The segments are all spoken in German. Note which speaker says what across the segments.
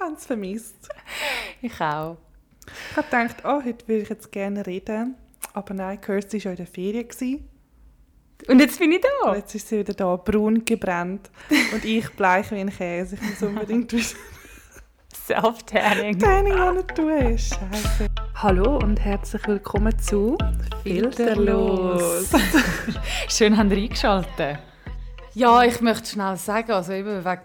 Speaker 1: habe es vermisst.
Speaker 2: Ich auch.
Speaker 1: Ich habe gedacht, oh, heute würde ich jetzt gerne reden. Aber nein, Kirsty war ja in der Ferien. Gewesen.
Speaker 2: Und jetzt bin ich
Speaker 1: Und
Speaker 2: da.
Speaker 1: jetzt ist sie wieder da, braun gebrannt. Und ich bleich wie ein Käse. Ich muss unbedingt wissen,
Speaker 2: Self-Tanning.
Speaker 1: was Training ohne du hast. Scheiße. Hallo und herzlich willkommen zu
Speaker 2: Filterlos. Schön, haben ihr eingeschaltet. Ja, ich möchte schnell sagen, also eben wegen,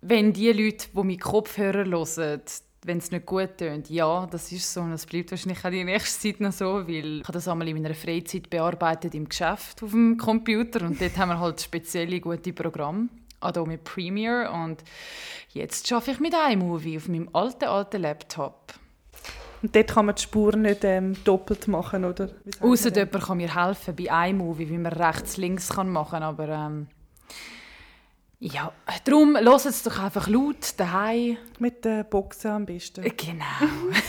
Speaker 2: wenn die Leute, die mit Kopfhörer hören, wenn es nicht gut tönt, ja, das ist so und das bleibt wahrscheinlich auch die nächste Zeit noch so, weil ich habe das einmal in meiner Freizeit bearbeitet im Geschäft auf dem Computer und dort haben wir halt spezielle gute Programme, Adobe Premiere und jetzt schaffe ich mit iMovie auf meinem alten, alten Laptop.
Speaker 1: Und dort kann man die Spuren nicht ähm, doppelt machen, oder? Wie sagt man
Speaker 2: Außer
Speaker 1: denn?
Speaker 2: jemand kann mir helfen bei iMovie, wie man rechts-links kann machen kann. Aber ähm, ja, darum hört es doch einfach laut daheim.
Speaker 1: Mit den Boxen am besten.
Speaker 2: Genau.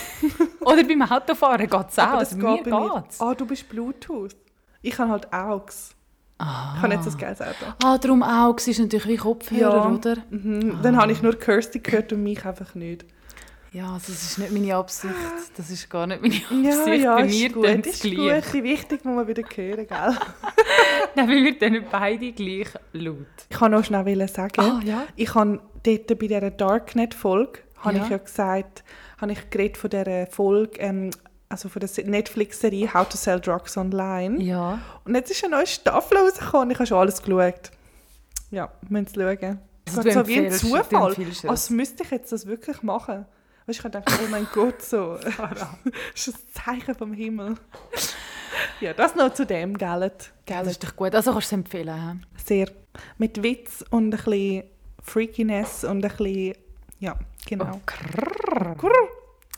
Speaker 2: Oder beim Autofahren geht es auch. also mir
Speaker 1: bei mir-
Speaker 2: geht's.
Speaker 1: Ah, du bist Bluetooth. Ich habe halt AUX. Ich habe nicht so ein geiles Auto.
Speaker 2: Ah, darum auch. Es ist natürlich wie Kopfhörer, oder?
Speaker 1: Mhm. Dann habe ich nur Kirsty gehört und mich einfach nicht.
Speaker 2: Ja, also das ist nicht meine Absicht. Das ist gar nicht meine Absicht.
Speaker 1: Ja, ja,
Speaker 2: bei
Speaker 1: ist
Speaker 2: mir
Speaker 1: gut,
Speaker 2: tönt's
Speaker 1: ist
Speaker 2: gleich.
Speaker 1: gut. Die Wichtig muss man wieder hören, gell?
Speaker 2: Nein, weil wir dann beide gleich laut.
Speaker 1: Ich kann noch schnell wollen sagen,
Speaker 2: Ah, ja.
Speaker 1: ich habe dort bei dieser Darknet-Folge, habe
Speaker 2: Ja.
Speaker 1: ich ja gesagt, habe ich geredet von dieser Folge, ähm, also von der Se- Netflix-Serie «How to Sell Drugs Online».
Speaker 2: Ja.
Speaker 1: Und jetzt ist eine neue Staffel rausgekommen, ich habe schon alles geschaut. Ja, wir müssen es schauen. Es
Speaker 2: Also
Speaker 1: ist
Speaker 2: du
Speaker 1: so wie ein
Speaker 2: empfiehlst- du
Speaker 1: Zufall,
Speaker 2: empfiehlst es.
Speaker 1: als müsste ich jetzt das wirklich machen. Weißt, du, ich dachte, oh mein Gott, so. das ist ein Zeichen vom Himmel. ja, das noch zu dem, gell?
Speaker 2: Das ist doch gut. Also kannst du es empfehlen. hä?
Speaker 1: Sehr. Mit Witz und ein bisschen Freakiness und ein bisschen. Ja, genau.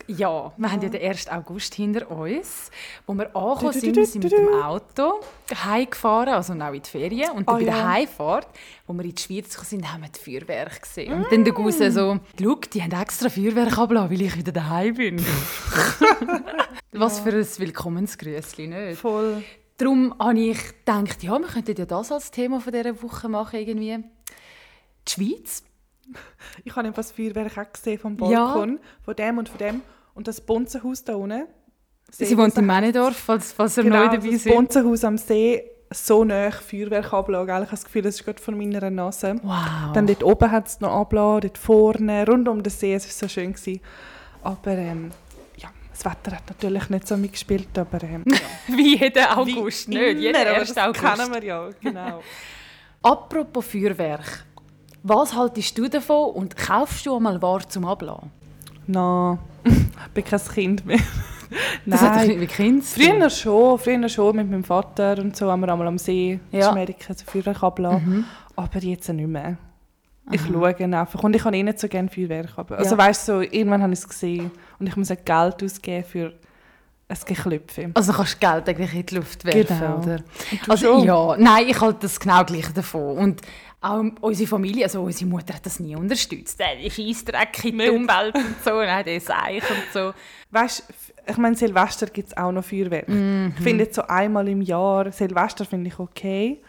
Speaker 2: Ja, wir haben ja den 1. August hinter uns, wo wir
Speaker 1: Du,
Speaker 2: angekommen
Speaker 1: du,
Speaker 2: sind,
Speaker 1: du,
Speaker 2: wir sind mit
Speaker 1: du, du.
Speaker 2: dem Auto heimgefahren, also auch in die Ferien. Und dann
Speaker 1: Ah,
Speaker 2: bei der
Speaker 1: ja.
Speaker 2: Heimfahrt, wo wir in die Schweiz gekommen sind, haben wir die Feuerwerke gesehen. Und dann der Guse so, «Schau, die haben extra Feuerwerke abgelassen, weil ich wieder daheim bin.» Was für ein Willkommensgrüßli, nicht?
Speaker 1: Voll.
Speaker 2: Darum habe ich gedacht, ja, wir könnten ja das als Thema von dieser Woche machen, irgendwie. Die Schweiz.
Speaker 1: Ich habe etwas Feuerwerk auch gesehen vom
Speaker 2: Ja.
Speaker 1: Balkon, von dem und von dem. Und das Bonzenhaus da unten.
Speaker 2: Sie wohnt in Männendorf, falls, falls ihr neu dabei
Speaker 1: Genau, das
Speaker 2: seid.
Speaker 1: Bonzenhaus am See, so nah Feuerwerk ablassen. gell? Ich habe das Gefühl, das ist gerade von meiner Nase.
Speaker 2: Wow.
Speaker 1: Dann dort oben hat es noch abgelassen, dort vorne, rund um den See. Es war so schön. Gewesen. Aber ähm, ja, das Wetter hat natürlich nicht so mitgespielt, aber... Ähm,
Speaker 2: Wie jeder August,
Speaker 1: Wie
Speaker 2: nicht?
Speaker 1: immer,
Speaker 2: Jeder
Speaker 1: aber
Speaker 2: 1.
Speaker 1: das
Speaker 2: August.
Speaker 1: kennen wir ja, genau.
Speaker 2: Apropos Feuerwerk. Was haltest du davon und kaufst du einmal Ware zum Abladen?
Speaker 1: Nein, ich bin kein Kind mehr.
Speaker 2: Das hat doch nicht
Speaker 1: Nein.
Speaker 2: mit Kind zu tun.
Speaker 1: Früher schon, früher schon mit meinem Vater und so haben wir einmal am See
Speaker 2: Ja.
Speaker 1: ja. Mhm. Amerika so Feuerwerk abgelassen. Aber jetzt nicht mehr. Ich schaue ihn einfach. Und ich kann eh nicht so gerne Feuerwerk haben. Also
Speaker 2: Ja.
Speaker 1: weißt du, so, irgendwann habe ich es gesehen und ich muss auch Geld ausgeben für ein Geklüpfe.
Speaker 2: Also kannst du Geld eigentlich in die Luft werfen,
Speaker 1: Genau.
Speaker 2: oder?
Speaker 1: Und du
Speaker 2: Also
Speaker 1: schon?
Speaker 2: ja, nein, ich halte das genau gleich davon. Und auch unsere Familie, also unsere Mutter hat das nie unterstützt. Äh, Die Scheissdreck in die
Speaker 1: Nicht.
Speaker 2: Umwelt und so, nein, der Seich und so.
Speaker 1: Weißt du, ich meine, Silvester gibt es auch noch Feuerwerk. Ich finde jetzt so einmal im Jahr, Silvester finde ich okay,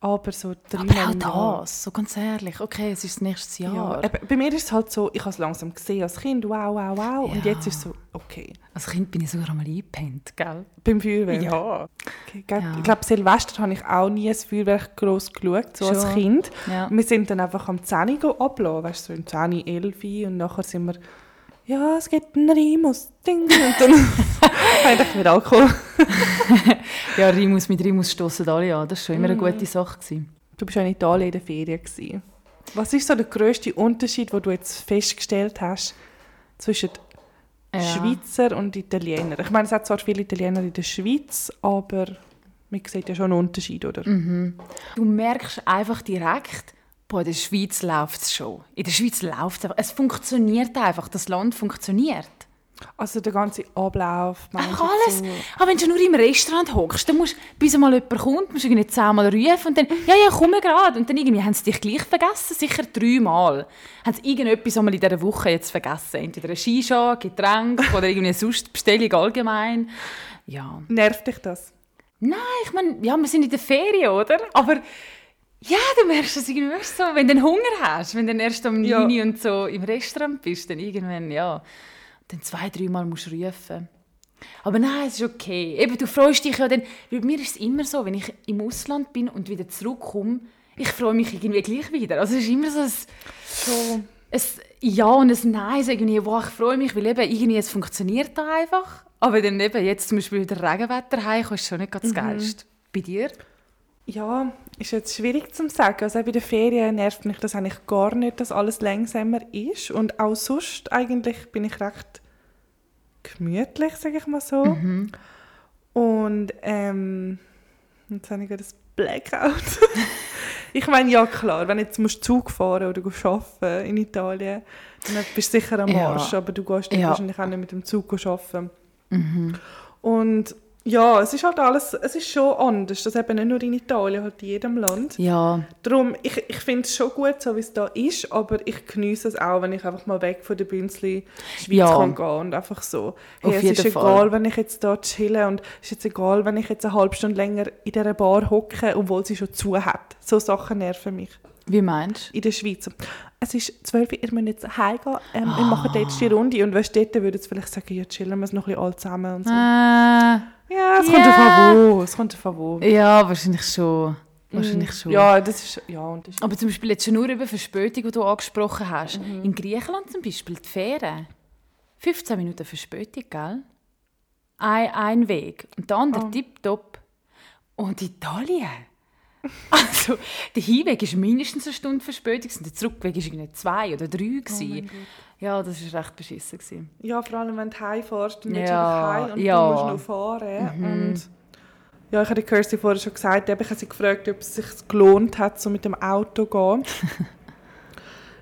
Speaker 1: aber so dreimal im
Speaker 2: Aber
Speaker 1: Jahr.
Speaker 2: auch das, so ganz ehrlich. Okay, es ist nächstes
Speaker 1: Ja,
Speaker 2: Jahr.
Speaker 1: eben, bei mir ist es halt so, ich habe es langsam gesehen als Kind, wow, wow, wow. Und
Speaker 2: Ja.
Speaker 1: jetzt ist es so, okay.
Speaker 2: Als Kind bin ich sogar einmal eingepennt, gell?
Speaker 1: Beim Feuerwerk.
Speaker 2: Ja.
Speaker 1: Okay, gell?
Speaker 2: Ja.
Speaker 1: Ich glaube, Silvester habe ich auch nie ein Feuerwerk gross geschaut, so als
Speaker 2: Schon.
Speaker 1: Kind.
Speaker 2: Ja.
Speaker 1: Wir sind dann einfach am 10 Uhr go abgelassen, weißt du, so um 10 Uhr, 11 Uhr. Und nachher sind wir, ja, es gibt einen Rimus, ding. Und dann habe ich gedacht, mit Alkohol.
Speaker 2: Ja, Rimus mit Rimus stossen alle an. Das war schon immer eine gute Sache. Gewesen.
Speaker 1: Du bist ja in Italien in der Ferien. Gewesen. Was ist so der grösste Unterschied, den du jetzt festgestellt hast zwischen
Speaker 2: Ja.
Speaker 1: Schweizer und Italiener? Ich meine, es hat zwar viele Italiener in der Schweiz, aber man sieht ja schon einen Unterschied, oder?
Speaker 2: Du merkst einfach direkt, boah, in der Schweiz läuft es schon. In der Schweiz läuft es einfach. Es funktioniert einfach. Das Land funktioniert.
Speaker 1: Also der ganze Ablauf. meinst
Speaker 2: Einfach
Speaker 1: du
Speaker 2: alles.
Speaker 1: so?
Speaker 2: Aber wenn du nur im Restaurant hockst, dann musst bis mal jemand kommt, musst du irgendwie zehnmal rufen und dann, ja, ja, komm gerade. Und dann irgendwie haben sie dich gleich vergessen, sicher dreimal. Haben sie irgendetwas einmal in dieser Woche jetzt vergessen. Entweder eine Shisha, Getränk oder irgendwie sonst Bestellung allgemein. Ja.
Speaker 1: Nervt dich das?
Speaker 2: Nein, ich meine, ja, wir sind in der Ferien, oder? Aber Ja, du merkst es irgendwie weißt du, so, wenn du dann Hunger hast, wenn du dann erst um
Speaker 1: Ja.
Speaker 2: 9 Uhr und so im Restaurant bist, dann irgendwann, ja, dann zwei, dreimal musst du rufen. Aber nein, es ist okay. Eben, du freust dich ja dann, weil mir ist es immer so, wenn ich im Ausland bin und wieder zurückkomme, ich freue mich irgendwie gleich wieder. Also es ist immer so ein,
Speaker 1: So.
Speaker 2: ein Ja und ein Nein, so irgendwie, wow, ich freue mich, weil eben irgendwie es funktioniert da einfach. Aber dann eben, jetzt zum Beispiel wieder Regenwetter heimkommen, ist schon nicht
Speaker 1: Mhm.
Speaker 2: ganz das Geilste. Bei dir?
Speaker 1: Ja, ist jetzt schwierig zu sagen. Also auch bei den Ferien nervt mich das eigentlich gar nicht, dass alles langsamer ist. Und auch sonst eigentlich bin ich recht gemütlich, sage ich mal so. Und ähm, jetzt habe ich gerade das Blackout. ich meine, ja klar, wenn jetzt musst du Zug fahren oder gehst arbeiten in Italien, dann bist du sicher am
Speaker 2: Ja.
Speaker 1: Arsch, aber du gehst dann
Speaker 2: Ja.
Speaker 1: wahrscheinlich auch nicht mit dem Zug arbeiten. Und ja, es ist halt alles, es ist schon anders. Das eben nicht nur in Italien, halt in jedem Land.
Speaker 2: Ja,
Speaker 1: Darum, ich, ich finde es schon gut, so wie es da ist, aber ich genieße es auch, wenn ich einfach mal weg von der Bünzli Schweiz
Speaker 2: Ja.
Speaker 1: kann gehen und einfach so. Hey,
Speaker 2: Auf
Speaker 1: es
Speaker 2: jeden
Speaker 1: ist
Speaker 2: Fall.
Speaker 1: egal, wenn ich jetzt da chille und es ist jetzt egal, wenn ich jetzt eine halbe Stunde länger in dieser Bar hocke, obwohl sie schon zu hat. So Sachen nerven mich.
Speaker 2: wie meinst
Speaker 1: In der Schweiz. Es ist 12 Uhr, ihr müsst jetzt heimgehen, ähm,
Speaker 2: Ah.
Speaker 1: wir machen die letzte Runde und weißt, dort würden sie vielleicht sagen, ja, chillen wir es noch ein bisschen alle zusammen und so.
Speaker 2: Äh,
Speaker 1: Ja, es
Speaker 2: Ja.
Speaker 1: kommt auf an wo, es kommt auf an wo.
Speaker 2: ja, wahrscheinlich schon. Wahrscheinlich schon.
Speaker 1: Mhm. Ja, das ist, ja, und das ist
Speaker 2: Aber zum Beispiel jetzt schon nur über Verspätung, die du angesprochen hast. In Griechenland zum Beispiel die Fähre. 15 Minuten Verspätung, gell? Ein, ein Weg. Und der andere tipptopp. Und Italien? Also, der Hinweg ist mindestens eine Stunde Verspätung und der Zurückweg war irgendwie zwei oder drei. gewesen. ja, das war recht beschissen. Gewesen.
Speaker 1: Ja, vor allem wenn du heimfährst, dann willst du
Speaker 2: Ja,
Speaker 1: einfach heim und
Speaker 2: ja. Mhm.
Speaker 1: du musst noch fahren. Und ja, ich habe die Kirsty vorher schon gesagt, eben, ich habe sie gefragt, ob es sich gelohnt hat, so mit dem Auto zu gehen.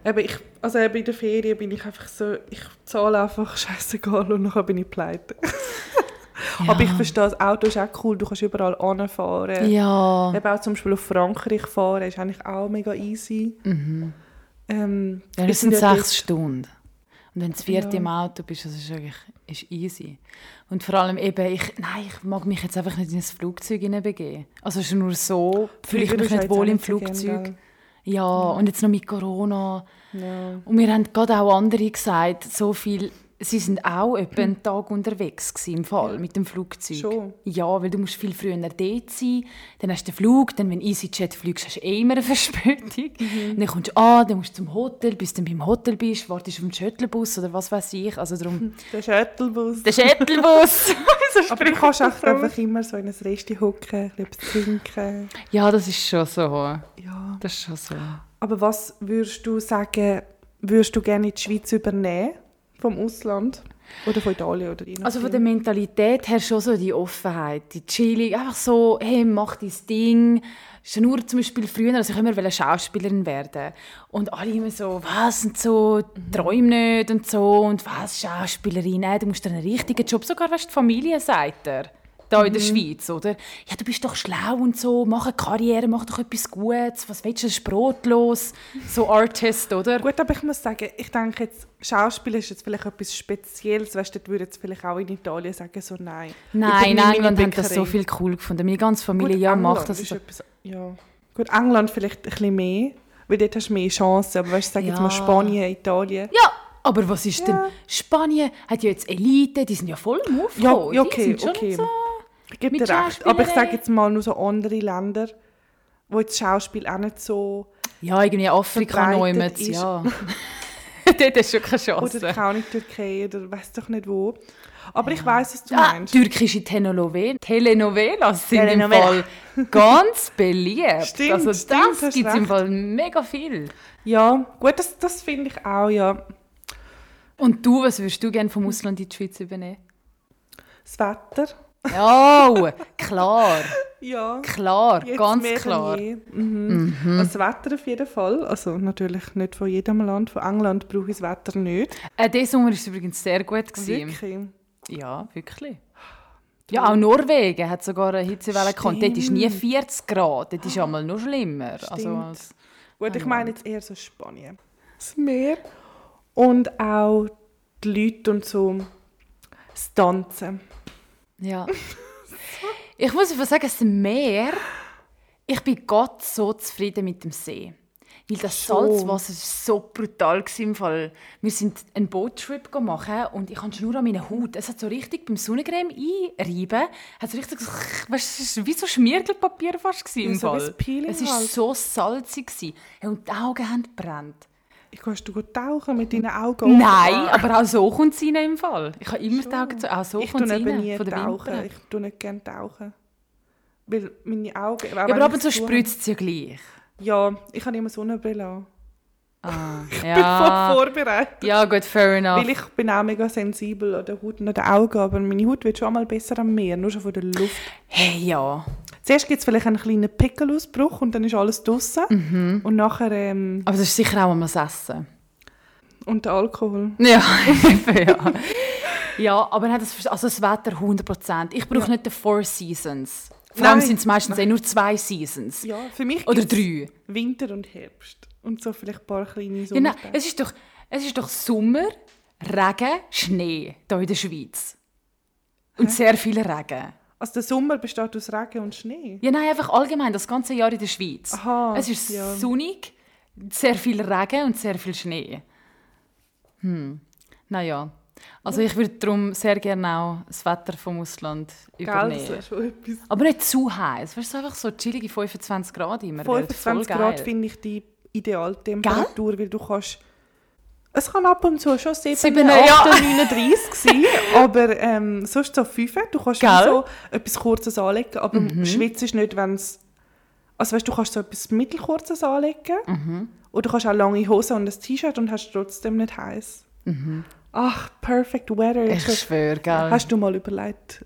Speaker 1: eben, ich, also eben in der Ferien bin ich einfach so, ich zahle einfach scheißegal und nachher bin ich pleite. Aber ich verstehe, das Auto ist auch cool, du kannst überall hinfahren.
Speaker 2: Ja.
Speaker 1: Eben auch zum Beispiel auf Frankreich fahren ist eigentlich auch mega easy. Ähm,
Speaker 2: Mhm. Ja,
Speaker 1: wir
Speaker 2: das sind
Speaker 1: ja dort-
Speaker 2: sechs Stunden. Und wenn du vierte
Speaker 1: Ja.
Speaker 2: im Auto bist, das ist wirklich ist easy. Und vor allem eben, ich, nein, ich mag mich jetzt einfach nicht in ein Flugzeug hineinbegeben. Also es ist nur so, fühle ich
Speaker 1: Flieger
Speaker 2: mich
Speaker 1: ist ja
Speaker 2: nicht
Speaker 1: jetzt
Speaker 2: wohl
Speaker 1: auch
Speaker 2: im
Speaker 1: nicht so gern,
Speaker 2: Flugzeug.
Speaker 1: gell?
Speaker 2: Ja, und jetzt noch mit Corona.
Speaker 1: Ja.
Speaker 2: Und mir haben gerade auch andere gesagt, so viel, sie sind auch etwa einen Tag unterwegs gewesen, im Fall mit dem Flugzeug.
Speaker 1: Schon.
Speaker 2: Ja, weil du musst viel früher dort sein, dann hast du den Flug, dann wenn du EasyJet fliegst, hast du eh immer eine Verspätung.
Speaker 1: Mhm.
Speaker 2: Dann kommst du an, dann musst du zum Hotel, bis du dann beim Hotel bist, wartest auf den Shuttlebus oder was weiß ich. Also darum,
Speaker 1: Der Shuttlebus.
Speaker 2: der Shuttlebus! so
Speaker 1: Aber du
Speaker 2: springt
Speaker 1: kannst
Speaker 2: man
Speaker 1: echt
Speaker 2: drauf.
Speaker 1: einfach immer so in ein Resti hocken, ein bisschen etwas trinken.
Speaker 2: Ja, das ist schon so.
Speaker 1: Ja.
Speaker 2: Das ist schon so.
Speaker 1: Aber was würdest du sagen, würdest du gerne in die Schweiz übernehmen? Vom Ausland? Oder von Italien? Oder je
Speaker 2: Also von der
Speaker 1: nachdem?
Speaker 2: Mentalität her schon so die Offenheit, die Chilling, einfach so, hey, mach dein Ding. Schon nur zum Beispiel früher, also ich immer wollte Schauspielerin werden. Und alle immer so, was und so,
Speaker 1: Mhm.
Speaker 2: träum nicht und so, und was, Schauspielerin, nein, du musst dir einen richtigen Job, sogar weißt, die Familie sagt dir, da in der
Speaker 1: Mhm.
Speaker 2: Schweiz, oder? Ja, du bist doch schlau und so, mach eine Karriere, mach doch etwas Gutes, was willst du, das ist brotlos, so Artist, oder?
Speaker 1: Gut, aber ich muss sagen, ich denke jetzt, Schauspiel ist jetzt vielleicht etwas Spezielles. Weißt du, dort würden jetzt vielleicht auch in Italien sagen, so nein.
Speaker 2: Nein, in
Speaker 1: Übernimm meine
Speaker 2: England hat das
Speaker 1: Bäckerei.
Speaker 2: so viel cool gefunden. Meine ganze
Speaker 1: Gut,
Speaker 2: Familie, ja,
Speaker 1: England
Speaker 2: macht das.
Speaker 1: ist
Speaker 2: so.
Speaker 1: etwas, ja. Gut, England vielleicht ein bisschen mehr, weil dort hast du mehr Chancen. Aber weißt du, sag jetzt
Speaker 2: Ja.
Speaker 1: mal Spanien, Italien.
Speaker 2: Ja, aber was ist denn?
Speaker 1: Ja.
Speaker 2: Spanien hat ja jetzt Elite, die sind ja voll im Aufbau.
Speaker 1: Ja, ja,
Speaker 2: die
Speaker 1: okay,
Speaker 2: sind schon
Speaker 1: okay.
Speaker 2: nicht so.
Speaker 1: Ich gebe
Speaker 2: Mit
Speaker 1: dir recht. Aber ich
Speaker 2: Schauspielerinnen.
Speaker 1: sage jetzt mal nur so andere Länder, wo das Schauspiel auch nicht so.
Speaker 2: Ja, irgendwie Afrika
Speaker 1: Verbreitet
Speaker 2: neumet,
Speaker 1: ist-
Speaker 2: ja. Dort hast du schon keine
Speaker 1: Oder
Speaker 2: Chance.
Speaker 1: keine Ahnung, Türkei oder weiß doch nicht wo. Aber ich weiß, was du
Speaker 2: Ah,
Speaker 1: meinst.
Speaker 2: türkische Telenovel Telenovelas sind
Speaker 1: Telenovela.
Speaker 2: im Fall ganz beliebt.
Speaker 1: Stimmt,
Speaker 2: also
Speaker 1: stimmt,
Speaker 2: das
Speaker 1: hast
Speaker 2: gibt es im
Speaker 1: recht.
Speaker 2: Fall mega viel.
Speaker 1: Ja, gut, das, das finde ich auch, ja.
Speaker 2: Und du, was würdest du gerne vom Ausland in die Schweiz übernehmen?
Speaker 1: Das Wetter.
Speaker 2: Ja, klar,
Speaker 1: Ja.
Speaker 2: klar,
Speaker 1: Jetzt
Speaker 2: ganz
Speaker 1: mehr denn
Speaker 2: klar.
Speaker 1: je. Mhm. Also das Wetter auf jeden Fall. Also natürlich nicht von jedem Land. Von England brauche ich das Wetter nicht.
Speaker 2: Äh, dieser Sommer war übrigens sehr gut. Gewesen.
Speaker 1: Wirklich.
Speaker 2: Ja, wirklich. Ja, auch Norwegen hat sogar eine Hitzewelle gehabt. Dort ist nie 40 Grad. Dort ist ja mal noch schlimmer. Also,
Speaker 1: Stimmt.
Speaker 2: als-
Speaker 1: Gut, ich
Speaker 2: England.
Speaker 1: meine jetzt eher so Spanien. Das Meer und auch die Leute und so das Tanzen.
Speaker 2: ja. ich muss einfach sagen, das Meer Ich bin Gott so zufrieden mit dem See. Weil das Salzwasser war so brutal war im Fall. Wir sind einen Boottrip machen und ich hatte Schnur an meiner Haut. Es hat so richtig beim Sonnencreme einreiben, hat so richtig, so- weißt, du, es war wie so Schmiergelpapier fast gewesen im
Speaker 1: Ja, so wie
Speaker 2: Fall.
Speaker 1: das Peeling
Speaker 2: es war
Speaker 1: halt.
Speaker 2: so salzig gewesen. Hey, und die Augen haben gebrannt.
Speaker 1: Ich kannst du gut tauchen mit deinen Augen.
Speaker 2: Nein, aber auch so kommt es rein im Fall. Ich habe immer die Augen zu, auch so
Speaker 1: ich
Speaker 2: kommt
Speaker 1: tue
Speaker 2: es rein,
Speaker 1: eben nie
Speaker 2: von der
Speaker 1: tauchen.
Speaker 2: Wimpern.
Speaker 1: Ich tue nicht gerne tauchen. Weil meine Augen. auch
Speaker 2: Ja,
Speaker 1: wenn
Speaker 2: aber ab und
Speaker 1: ich
Speaker 2: zu
Speaker 1: es tue-
Speaker 2: spritzt es ja gleich.
Speaker 1: Ja, ich habe immer Sonnenbrille an.
Speaker 2: Ah,
Speaker 1: Ich bin voll vorbereitet.
Speaker 2: ja, gut, fair enough.
Speaker 1: Weil ich bin auch mega sensibel an der Haut und an den Augen, aber meine Haut wird schon mal besser am Meer, nur schon von der Luft.
Speaker 2: Hey, ja.
Speaker 1: Zuerst gibt es vielleicht einen kleinen Pickelausbruch und dann ist alles draußen
Speaker 2: Mhm.
Speaker 1: und nachher ähm,
Speaker 2: Aber das ist sicher auch mal das Essen.
Speaker 1: und der Alkohol.
Speaker 2: Ja, eben, ja. ja, aber nein, das, also das Wetter 100%. Ich brauche nicht die Four Seasons. Vor allem
Speaker 1: Nein.
Speaker 2: sind es meistens eh nur zwei Seasons.
Speaker 1: Ja, für mich
Speaker 2: Oder
Speaker 1: gibt's
Speaker 2: drei.
Speaker 1: Winter und Herbst und so vielleicht ein paar kleine
Speaker 2: Ja, nein,
Speaker 1: Sommertage.
Speaker 2: Genau. es, ist doch, es ist doch Sommer, Regen, Schnee hier in der Schweiz. Und sehr viel Regen.
Speaker 1: also der Sommer besteht aus Regen und Schnee.
Speaker 2: Ja, nein, einfach allgemein, das ganze Jahr in der Schweiz.
Speaker 1: Aha,
Speaker 2: es ist
Speaker 1: ja.
Speaker 2: sonnig, sehr viel Regen und sehr viel Schnee. Hm. Naja. Also ich würde darum sehr gerne auch das Wetter vom Ausland
Speaker 1: Gell, das
Speaker 2: übernehmen.
Speaker 1: ist schon etwas.
Speaker 2: Aber nicht zu heiß. Weißt du, so einfach so chillige 25 Grad immer. weil das voll
Speaker 1: 25
Speaker 2: geil.
Speaker 1: Grad finde ich die Idealtemperatur, weil du kannst... Es kann ab und zu schon 7,
Speaker 2: Sieben,
Speaker 1: 8,
Speaker 2: ja.
Speaker 1: 39 sein, aber ähm, sonst so 5. Du kannst
Speaker 2: Gell? Mhm.
Speaker 1: wie so etwas Kurzes anlegen, aber schwitzt ist nicht, wenn es... Also weißt, du kannst so etwas Mittelkurzes anlegen
Speaker 2: Mhm.
Speaker 1: oder du kannst auch lange Hosen und ein T-Shirt und hast trotzdem nicht heiß.
Speaker 2: Mhm.
Speaker 1: Ach, perfect weather.
Speaker 2: Ich schwöre, gell.
Speaker 1: Hast du mal überlegt,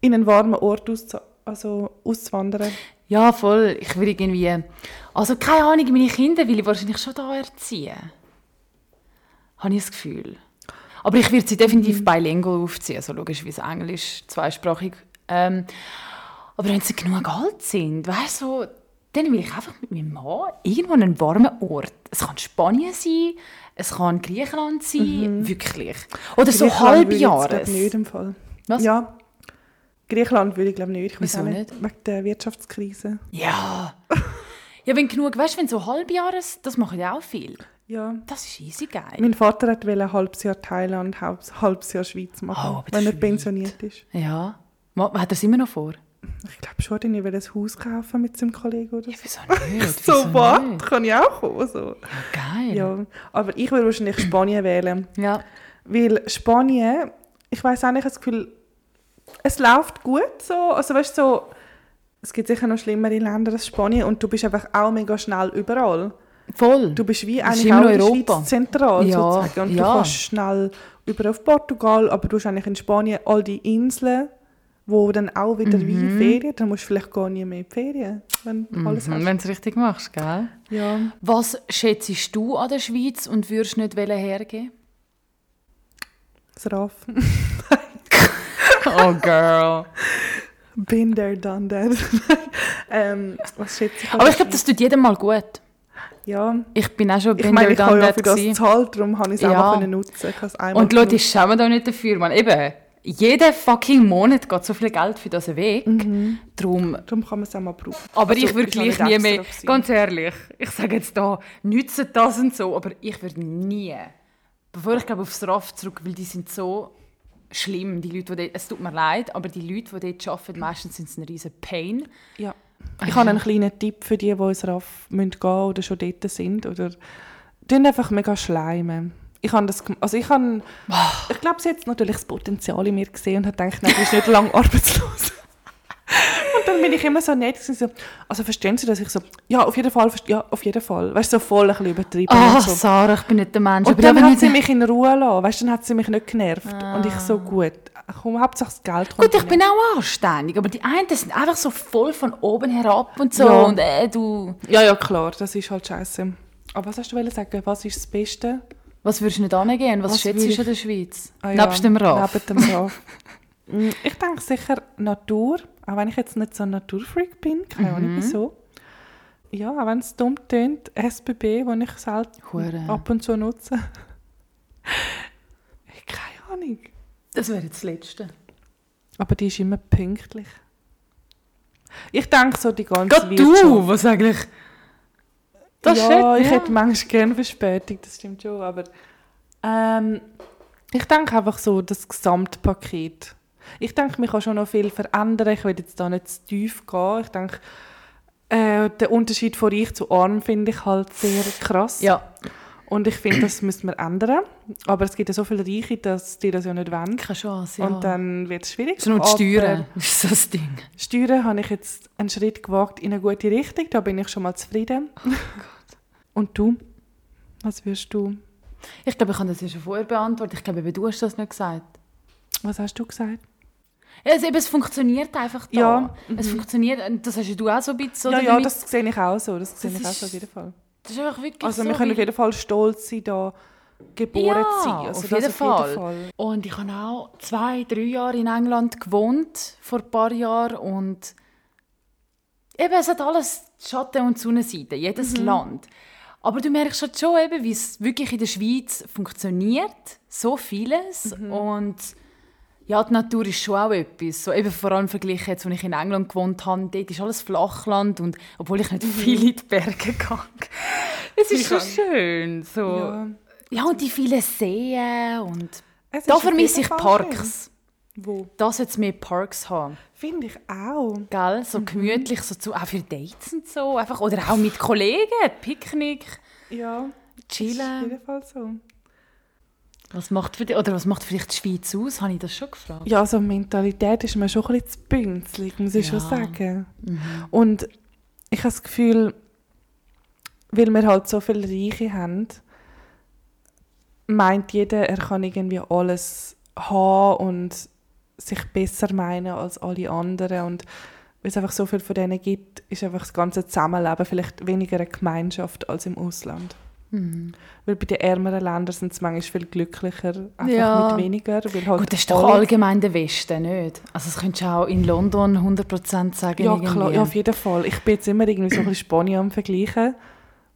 Speaker 1: in einen warmen Ort auszu also auszuwandern?
Speaker 2: Ja, voll. Ich würde irgendwie... Also keine Ahnung, meine Kinder will ich wahrscheinlich schon da erziehen. Habe ich das Gefühl. Aber ich würde sie
Speaker 1: Mhm.
Speaker 2: definitiv bilingual aufziehen. Also logischerweise Englisch, zweisprachig. Ähm, aber wenn sie genug alt sind, weißt du, so, dann will ich einfach mit meinem Mann irgendwo an einen warmen Ort. Es kann Spanien sein, es kann Griechenland sein, wirklich. Oder so
Speaker 1: Mhm. Griechenland würde ich jetzt,
Speaker 2: halbjahres.
Speaker 1: glaub nicht im Fall.
Speaker 2: Was?
Speaker 1: Ja. Griechenland würde ich glaube nicht. Ich weiß
Speaker 2: Wieso
Speaker 1: auch Wegen der Wirtschaftskrise.
Speaker 2: Ja. ja, wenn genug, weißt du, wenn so halbjahres, das machen ja auch viel.
Speaker 1: Ja.
Speaker 2: Das ist easy geil.
Speaker 1: Mein Vater hat wollte ein halbes Jahr Thailand, ein halbes Jahr Schweiz
Speaker 2: Oh,
Speaker 1: machen,
Speaker 2: aber das
Speaker 1: wenn er
Speaker 2: ist weit.
Speaker 1: pensioniert ist.
Speaker 2: Ja. Ma- Hat er es immer noch vor?
Speaker 1: Ich glaube schon, denn ich will ein Haus kaufen mit seinem Kollegen oder so.
Speaker 2: Wieso nicht?
Speaker 1: So weit kann ich auch kommen. So.
Speaker 2: Geil. Ja.
Speaker 1: Ja. Aber ich würde wahrscheinlich Spanien wählen.
Speaker 2: ja.
Speaker 1: Weil Spanien, ich weiß auch nicht, ich habe das Gefühl, es läuft gut so. Also weißt du, so, es gibt sicher noch schlimmere Länder als Spanien und du bist einfach auch mega schnell überall.
Speaker 2: Voll.
Speaker 1: Du bist wie
Speaker 2: Das ist
Speaker 1: eigentlich
Speaker 2: immer
Speaker 1: auch in der
Speaker 2: Europa.
Speaker 1: Schweiz zentral
Speaker 2: Ja,
Speaker 1: sozusagen. Und
Speaker 2: ja.
Speaker 1: du kannst schnell über auf Portugal, aber du hast eigentlich in Spanien all die Inseln, wo dann auch wieder wie Ferien, dann musst du vielleicht gar nie mehr in die Ferien, wenn du alles
Speaker 2: Mhm,
Speaker 1: hast.
Speaker 2: wenn du es richtig machst, gell?
Speaker 1: Ja.
Speaker 2: Was schätzt du an der Schweiz und würdest nicht wollen hergeben?
Speaker 1: Das Raff.
Speaker 2: Oh, girl.
Speaker 1: Been there, done that. ähm, was schätze ich? an
Speaker 2: Aber
Speaker 1: der
Speaker 2: ich glaube,
Speaker 1: Schweiz?
Speaker 2: das tut jedem mal gut.
Speaker 1: Ja,
Speaker 2: Ich bin auch schon
Speaker 1: Ich meine, ich
Speaker 2: there,
Speaker 1: habe
Speaker 2: done
Speaker 1: ja
Speaker 2: that
Speaker 1: für das
Speaker 2: gewesen.
Speaker 1: gezahlt, darum habe ich es
Speaker 2: Ja.
Speaker 1: einfach können nutzen. Ich habe es einmal
Speaker 2: Und Leute,
Speaker 1: genutzt.
Speaker 2: ich schäme da nicht dafür, man. Eben, jeden fucking Monat geht so viel Geld für das Weg.
Speaker 1: Mhm.
Speaker 2: Drum.
Speaker 1: darum kann man es auch mal brauchen.
Speaker 2: Aber
Speaker 1: Also,
Speaker 2: ich würde
Speaker 1: ist auch
Speaker 2: gleich
Speaker 1: nicht
Speaker 2: nie
Speaker 1: extra
Speaker 2: mehr,
Speaker 1: gewesen.
Speaker 2: ganz ehrlich, ich sage jetzt da, nützen das und so, aber ich würde nie, bevor ich glaube aufs RAF zurück, weil die sind so schlimm, die Leute, die dort, es tut mir leid, aber die Leute, die dort arbeiten, meistens sind es ein riesen Pain.
Speaker 1: Ja. Ich habe einen kleinen Tipp für die, die ins RAF müssen gehen oder schon dort sind. Oder tun einfach mega schleimen. Ich habe das, gem- also ich habe,
Speaker 2: Ah.
Speaker 1: ich glaube, sie hat natürlich das Potenzial in mir gesehen und hat gedacht, nein, du bist nicht lange arbeitslos. und dann bin ich immer so nett gewesen, so, also verstehen Sie, dass ich so, ja, auf jeden Fall, verste- ja, auf jeden Fall, weißt du, so voll ein bisschen übertrieben
Speaker 2: Ah,
Speaker 1: und so.
Speaker 2: Sarah, ich bin nicht der Mensch.
Speaker 1: Und
Speaker 2: ich
Speaker 1: dann Ah.
Speaker 2: bin
Speaker 1: hat sie
Speaker 2: nicht-
Speaker 1: mich in Ruhe lassen. Weißt, dann hat sie mich nicht genervt. Und ich so, gut, komm, Hauptsache das Geld kommt.
Speaker 2: Gut, ich
Speaker 1: rein.
Speaker 2: bin auch anständig, aber die einen sind einfach so voll von oben herab und so.
Speaker 1: Ja.
Speaker 2: Und äh, du...
Speaker 1: Ja, ja, klar, das ist halt scheiße. Aber was hast du wollen sagen? Was ist das Beste?
Speaker 2: Was würdest du nicht angehen? Was,
Speaker 1: Was
Speaker 2: schätzt
Speaker 1: würde
Speaker 2: du an der Schweiz?
Speaker 1: Ah ja,
Speaker 2: Nebst dem Raff?
Speaker 1: Neben dem Raff. Mm, ich denke sicher Natur, auch wenn ich jetzt nicht so ein Naturfreak bin, keine Ahnung wieso. Ja, auch wenn es dumm tönt, SBB, wo ich selten
Speaker 2: Hure.
Speaker 1: ab und zu nutze. keine Ahnung.
Speaker 2: Das wäre jetzt das Letzte.
Speaker 1: Aber die ist immer pünktlich. Ich denke so die ganze
Speaker 2: Gerade du, was eigentlich... Das
Speaker 1: ja,
Speaker 2: steht,
Speaker 1: ich
Speaker 2: ja.
Speaker 1: hätte manchmal gerne Verspätung, das stimmt schon, aber ähm, ich denke einfach so, das Gesamtpaket. Ich denke, man kann schon noch viel verändern, ich will jetzt da nicht zu tief gehen. Ich denke, äh, der Unterschied von reich zu arm finde ich halt sehr krass.
Speaker 2: Ja,
Speaker 1: Und ich finde, das müssen wir ändern. Aber es gibt ja so viele Reiche, dass die das ja nicht wollen.
Speaker 2: keine Chance, ja.
Speaker 1: Und dann wird es schwierig.
Speaker 2: Das ist nur die
Speaker 1: Aber-
Speaker 2: Steuern, das ist so das Ding.
Speaker 1: Steuern habe ich jetzt einen Schritt gewagt in eine gute Richtung. Da bin ich schon mal zufrieden.
Speaker 2: Oh
Speaker 1: Und du? Was würdest du?
Speaker 2: Ich glaube, ich habe das ja schon vorher beantwortet. Ich glaube, eben, du hast das nicht gesagt.
Speaker 1: Was hast du gesagt?
Speaker 2: Also eben, es funktioniert einfach da.
Speaker 1: Ja,
Speaker 2: Es funktioniert, und das hast Mhm. ja du auch so ein bisschen.
Speaker 1: ja,
Speaker 2: oder?
Speaker 1: ja,
Speaker 2: Mit-
Speaker 1: das sehe ich auch so. Das sehe
Speaker 2: Das
Speaker 1: ich auch so auf
Speaker 2: ist
Speaker 1: jeden Fall.
Speaker 2: das ist einfach wirklich
Speaker 1: Also
Speaker 2: so.
Speaker 1: wir können auf
Speaker 2: weil-
Speaker 1: jeden Fall stolz sein, da geboren
Speaker 2: Ja,
Speaker 1: zu sein. Also
Speaker 2: auf
Speaker 1: das
Speaker 2: jeden Und ich habe auch zwei, drei Jahre in England gewohnt, vor ein paar Jahren. Und eben, es hat alles Schatten- und Sonnenseite, jedes
Speaker 1: Mhm.
Speaker 2: Land. Aber du merkst halt schon, eben, wie es wirklich in der Schweiz funktioniert, so vieles.
Speaker 1: Mhm.
Speaker 2: Und ja, die Natur ist schon auch etwas. So, eben vor allem verglichen, jetzt, als ich in England gewohnt habe, dort ist alles Flachland. Und obwohl ich nicht viel in die Berge gehe, es ist
Speaker 1: Mhm. Ich
Speaker 2: schon
Speaker 1: auch.
Speaker 2: schön. So. Ja.
Speaker 1: Ja.
Speaker 2: und die vielen Seen und...
Speaker 1: Es ist
Speaker 2: Da
Speaker 1: auf jeden
Speaker 2: vermisse ich
Speaker 1: Fall
Speaker 2: Parks.
Speaker 1: schön. Wo?
Speaker 2: Da sollte es mehr Parks haben.
Speaker 1: Finde ich auch.
Speaker 2: Gell?
Speaker 1: Mhm.
Speaker 2: So gemütlich, so zu, auch für Dates und so. Einfach, oder auch mit Kollegen, Picknick,
Speaker 1: Ja. Das ist auf
Speaker 2: chillen.
Speaker 1: jeden Fall so.
Speaker 2: Was macht, für dich, oder was macht vielleicht die Schweiz aus? Habe ich das schon gefragt?
Speaker 1: Ja, also Mentalität ist mir schon ein bisschen zu bünzlig, muss ich
Speaker 2: Ja. Mhm.
Speaker 1: schon sagen. Und ich habe das Gefühl, weil wir halt so viele Reiche haben, meint jeder, er kann irgendwie alles haben und sich besser meinen als alle anderen. Und weil es einfach so viel von denen gibt, ist einfach das ganze Zusammenleben vielleicht weniger eine Gemeinschaft als im Ausland.
Speaker 2: Mhm.
Speaker 1: Weil bei den ärmeren Ländern sind es manchmal viel glücklicher, einfach
Speaker 2: Ja.
Speaker 1: mit weniger. Weil halt
Speaker 2: Gut, das ist doch
Speaker 1: alle-
Speaker 2: allgemein der Westen, nicht? Also das könntest du auch in London 100% sagen.
Speaker 1: Ja,
Speaker 2: irgendwie.
Speaker 1: klar, ja, auf jeden Fall. Ich bin jetzt immer irgendwie so ein bisschen Spanien am Vergleichen,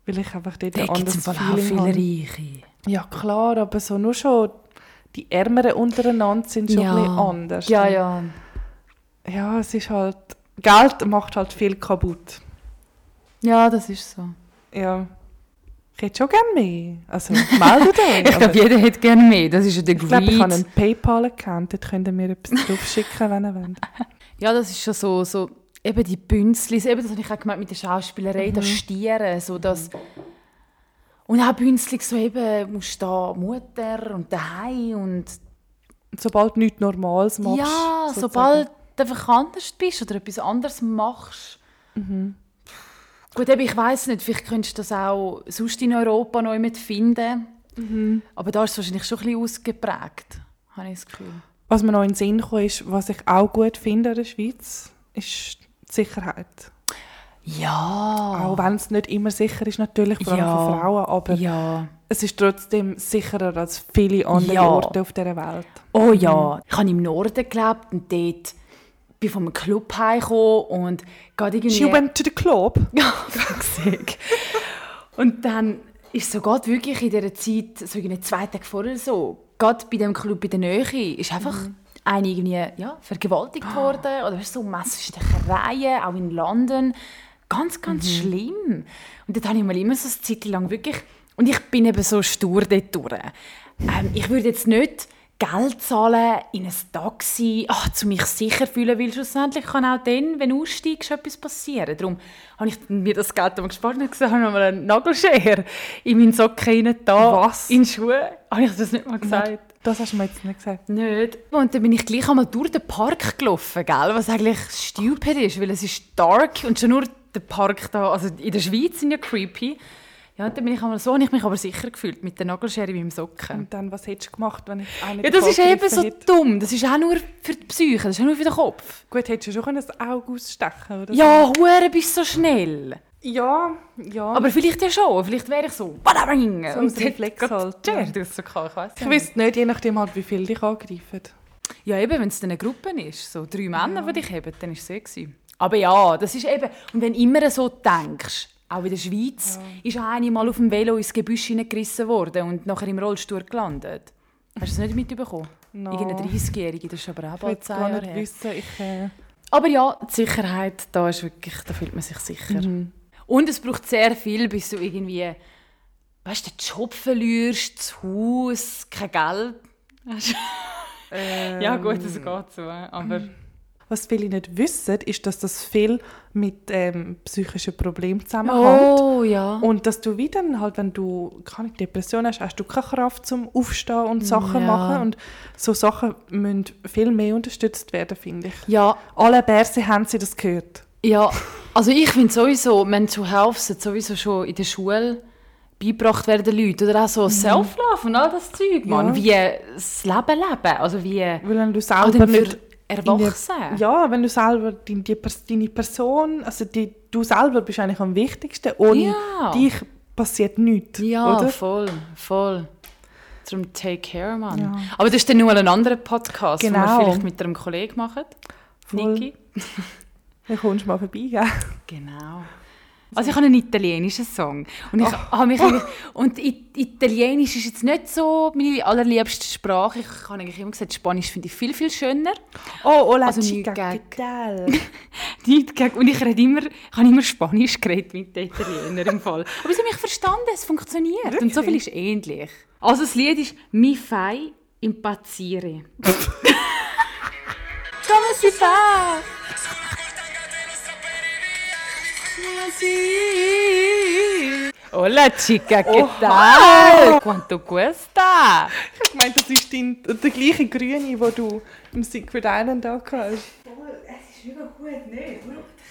Speaker 1: weil ich einfach dort
Speaker 2: Da
Speaker 1: ein
Speaker 2: gibt es im
Speaker 1: anderes
Speaker 2: Fall auch viele
Speaker 1: Feeling halt. habe.
Speaker 2: Reiche.
Speaker 1: Ja, klar, aber so nur schon die Ärmeren untereinander sind schon ein bisschen anders.
Speaker 2: Ja, ja.
Speaker 1: Ja, es ist halt... Geld macht halt viel kaputt.
Speaker 2: Ja, das ist so.
Speaker 1: Ja. Ich hätte schon gerne mehr. Also, meldet euch.
Speaker 2: Ich
Speaker 1: aber
Speaker 2: glaube, jeder hätte gerne mehr. Das ist ja der
Speaker 1: ich, glaube, ich
Speaker 2: Greed.
Speaker 1: habe einen Paypal-Account, dort könnt ihr mir etwas draufschicken, wenn ihr wollt.
Speaker 2: Ja, das ist schon so, so eben die Bünzlis, eben das habe ich auch gemeint mit der Schauspielerei, das Stieren, so das und auch Bünzlig so eben, musst da Mutter und daheim und
Speaker 1: Und sobald du nichts Normales machst...
Speaker 2: ja,
Speaker 1: sozusagen.
Speaker 2: sobald du einfach anders bist oder etwas anderes machst. Mhm. Gut, eben, ich weiß nicht, vielleicht könntest du das auch sonst in Europa noch jemand finden, aber da ist es wahrscheinlich schon ein bisschen ausgeprägt, habe ich das Gefühl.
Speaker 1: Was mir noch in den Sinn kam, ist, was ich auch gut finde in der Schweiz, ist die Sicherheit.
Speaker 2: Ja,
Speaker 1: Auch wenn es nicht immer sicher ist, natürlich, vor allem
Speaker 2: Ah. Ja.
Speaker 1: für Frauen, aber
Speaker 2: ja.
Speaker 1: es ist trotzdem sicherer als viele andere
Speaker 2: Ja.
Speaker 1: Orte auf dieser Welt.
Speaker 2: Oh ja, ich habe im Norden gelebt und dort bin vom Club heimgekommen und gerade irgendwie...
Speaker 1: She went to the club.
Speaker 2: Ja, fuck Und dann ist so gerade wirklich in dieser Zeit, so irgendwie zwei Tage vorher so, gerade bei dem Club in der Nähe, ist einfach eine irgendwie, ja, vergewaltigt worden oder weißt, du, so Messerstechereien, auch in London. Ganz, ganz schlimm. Und dort habe ich mal immer so eine Zeit lang wirklich, und ich bin eben so stur dort durch. Ähm, ich würde jetzt nicht Geld zahlen in ein Taxi, ach, um mich sicher zu fühlen, weil schlussendlich kann auch dann, wenn du aussteigst, etwas passieren. Darum habe ich mir das Geld einmal gespart und gesagt, habe noch mal einen Nagelschere in meinen Socken rein, da,
Speaker 1: Was?
Speaker 2: in die Schuhe. Habe ich das nicht mal gesagt?
Speaker 1: Das hast du mir jetzt nicht gesagt.
Speaker 2: Nicht. Und dann bin ich gleich einmal durch den Park gelaufen, gell? was eigentlich stupid ist, weil es ist dark und schon nur der Park da, also in der Schweiz sind ja creepy. Ja, und dann bin ich einmal so, habe ich mich aber sicher gefühlt mit der Nagelschere in meinem Socken.
Speaker 1: Und dann, was hättest du gemacht, wenn ich einen
Speaker 2: Ja, das ist eben so
Speaker 1: Hätte?
Speaker 2: dumm. Das ist auch nur für die Psyche, das ist auch nur für den Kopf.
Speaker 1: Gut, hättest du schon ein Auge ausstechen oder
Speaker 2: Ja, hure bist so schnell.
Speaker 1: so? Ja, ja.
Speaker 2: Aber vielleicht ja schon. Vielleicht wäre ich so, badabing!
Speaker 1: So aus Reflex halt,
Speaker 2: Ja.
Speaker 1: ja.
Speaker 2: Das so kann, ich weiss
Speaker 1: ich
Speaker 2: ja nicht.
Speaker 1: wüsste nicht, je nachdem, halt, wie viel dich angreifen.
Speaker 2: Ja, eben, wenn es dann eine Gruppe ist, so drei Männer, die dich haben, dann war es so. gewesen. Aber ja, das ist eben, und wenn du immer so denkst, auch in der Schweiz, ist eine mal auf dem Velo ins Gebüsch hineingerissen worden und nachher im Rollstuhl gelandet. Hast du das nicht mitbekommen?
Speaker 1: No.
Speaker 2: Irgendeine 30-Jährige, das ist aber auch
Speaker 1: Ich will
Speaker 2: bald
Speaker 1: es
Speaker 2: zwei
Speaker 1: gar
Speaker 2: Jahre
Speaker 1: nicht
Speaker 2: her.
Speaker 1: wissen. Ich, äh,
Speaker 2: Aber ja, die Sicherheit, da ist wirklich, da fühlt man sich sicher. Mhm. Und es braucht sehr viel, bis du irgendwie, weißt du, den Job verlierst, das Haus, kein Geld. hast. ja gut, das geht so, äh, aber
Speaker 1: Was viele nicht wissen, ist, dass das viel mit ähm, psychischen Problemen zusammenhängt.
Speaker 2: Oh. ja.
Speaker 1: Und dass du wieder dann halt, wenn du keine Depression hast, hast du keine Kraft zum Aufstehen und Sachen
Speaker 2: Mm, Ja.
Speaker 1: machen. Und so Sachen müssen viel mehr unterstützt werden, finde ich.
Speaker 2: Ja,
Speaker 1: Alle Bärse haben sie das gehört.
Speaker 2: Ja, also ich finde sowieso, Mental Health sollte sowieso schon in der Schule beigebracht werden den Leuten. Oder auch so Self-Love und all das Zeug, Mann. Wie das Leben leben, also wie...
Speaker 1: Weil wenn du
Speaker 2: Auch
Speaker 1: selber
Speaker 2: dann
Speaker 1: nicht...
Speaker 2: für Erwachsene.
Speaker 1: Ja, wenn du selber deine, die, Pers- deine Person, also die, du selber bist eigentlich am wichtigsten. Ohne
Speaker 2: Ja.
Speaker 1: dich passiert nichts,
Speaker 2: Ja,
Speaker 1: oder?
Speaker 2: voll, voll. Darum take care, Mann.
Speaker 1: Ja.
Speaker 2: Aber das ist dann nur ein anderer Podcast, den
Speaker 1: Genau.
Speaker 2: wir vielleicht mit einem Kollegen machen.
Speaker 1: Voll.
Speaker 2: Niki.
Speaker 1: Dann kommst du mal vorbei, gell?
Speaker 2: Genau. Also ich habe einen italienischen Song und ich
Speaker 1: Oh.
Speaker 2: habe mich eigentlich- und I- Italienisch ist jetzt nicht so meine allerliebste Sprache. Ich habe eigentlich immer gesagt, Spanisch finde ich viel viel schöner.
Speaker 1: Oh, hola
Speaker 2: Also
Speaker 1: chica,
Speaker 2: nicht
Speaker 1: ¿qué
Speaker 2: gag.
Speaker 1: tal?
Speaker 2: Nicht gegen- Und ich rede immer, ich habe immer Spanisch geredet mit den Italienern im Fall. Aber sie haben mich verstanden, es funktioniert und so viel ist ähnlich. Also das Lied ist Mi fai impazzire. Come si fa? Hola chica, ¿qué tal? ¿Cuánto cuesta?
Speaker 1: Ich meine, das ist dein, der gleiche Grüne, den du im Secret Island auch hast.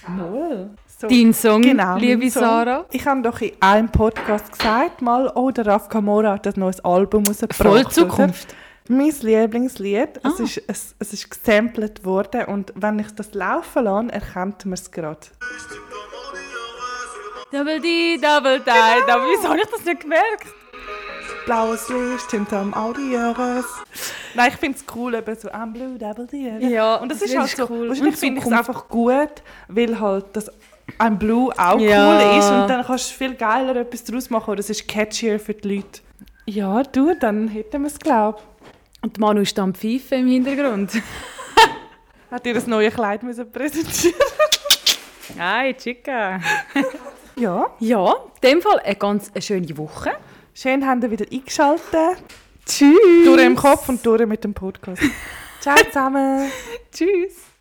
Speaker 1: Mal. So.
Speaker 2: Dein Song,
Speaker 1: Genau,
Speaker 2: liebe
Speaker 1: mein Song.
Speaker 2: Sarah.
Speaker 1: Ich habe doch in einem Podcast gesagt, mal, oh, der Raf Kamora hat ein neues Album rausgebracht.
Speaker 2: Voll
Speaker 1: oder?
Speaker 2: Zukunft.
Speaker 1: Mein Lieblingslied. Es,
Speaker 2: Ah.
Speaker 1: ist, es, es ist gesampelt worden und wenn ich das laufen lasse, erkennt man es gerade.
Speaker 2: Double D, Double D, Double Genau. Wieso habe ich das nicht gemerkt?
Speaker 1: Blaues Licht hinterm Audiores. Nein, ich finde es cool, eben so I'm blue, double D.
Speaker 2: Ja,
Speaker 1: und das,
Speaker 2: das
Speaker 1: ist halt
Speaker 2: ist
Speaker 1: so,
Speaker 2: cool.
Speaker 1: wahrscheinlich
Speaker 2: Und
Speaker 1: finde ich es
Speaker 2: Zukunft.
Speaker 1: einfach gut, weil halt das I'm blue auch
Speaker 2: Ja.
Speaker 1: cool ist und dann kannst du viel geiler etwas draus machen oder es ist catchier für die Leute. Ja, du, dann hätten wir es, glaube
Speaker 2: Und Manu ist am Pfeifen im Hintergrund.
Speaker 1: Hat dir das neue Kleid müssen präsentieren
Speaker 2: Hi, Chica.
Speaker 1: Ja,
Speaker 2: Ja, in dem Fall eine ganz schöne Woche.
Speaker 1: schön haben wir wieder eingeschaltet.
Speaker 2: Tschüss.
Speaker 1: Durch im Kopf und durch mit dem Podcast. Ciao zusammen.
Speaker 2: Tschüss.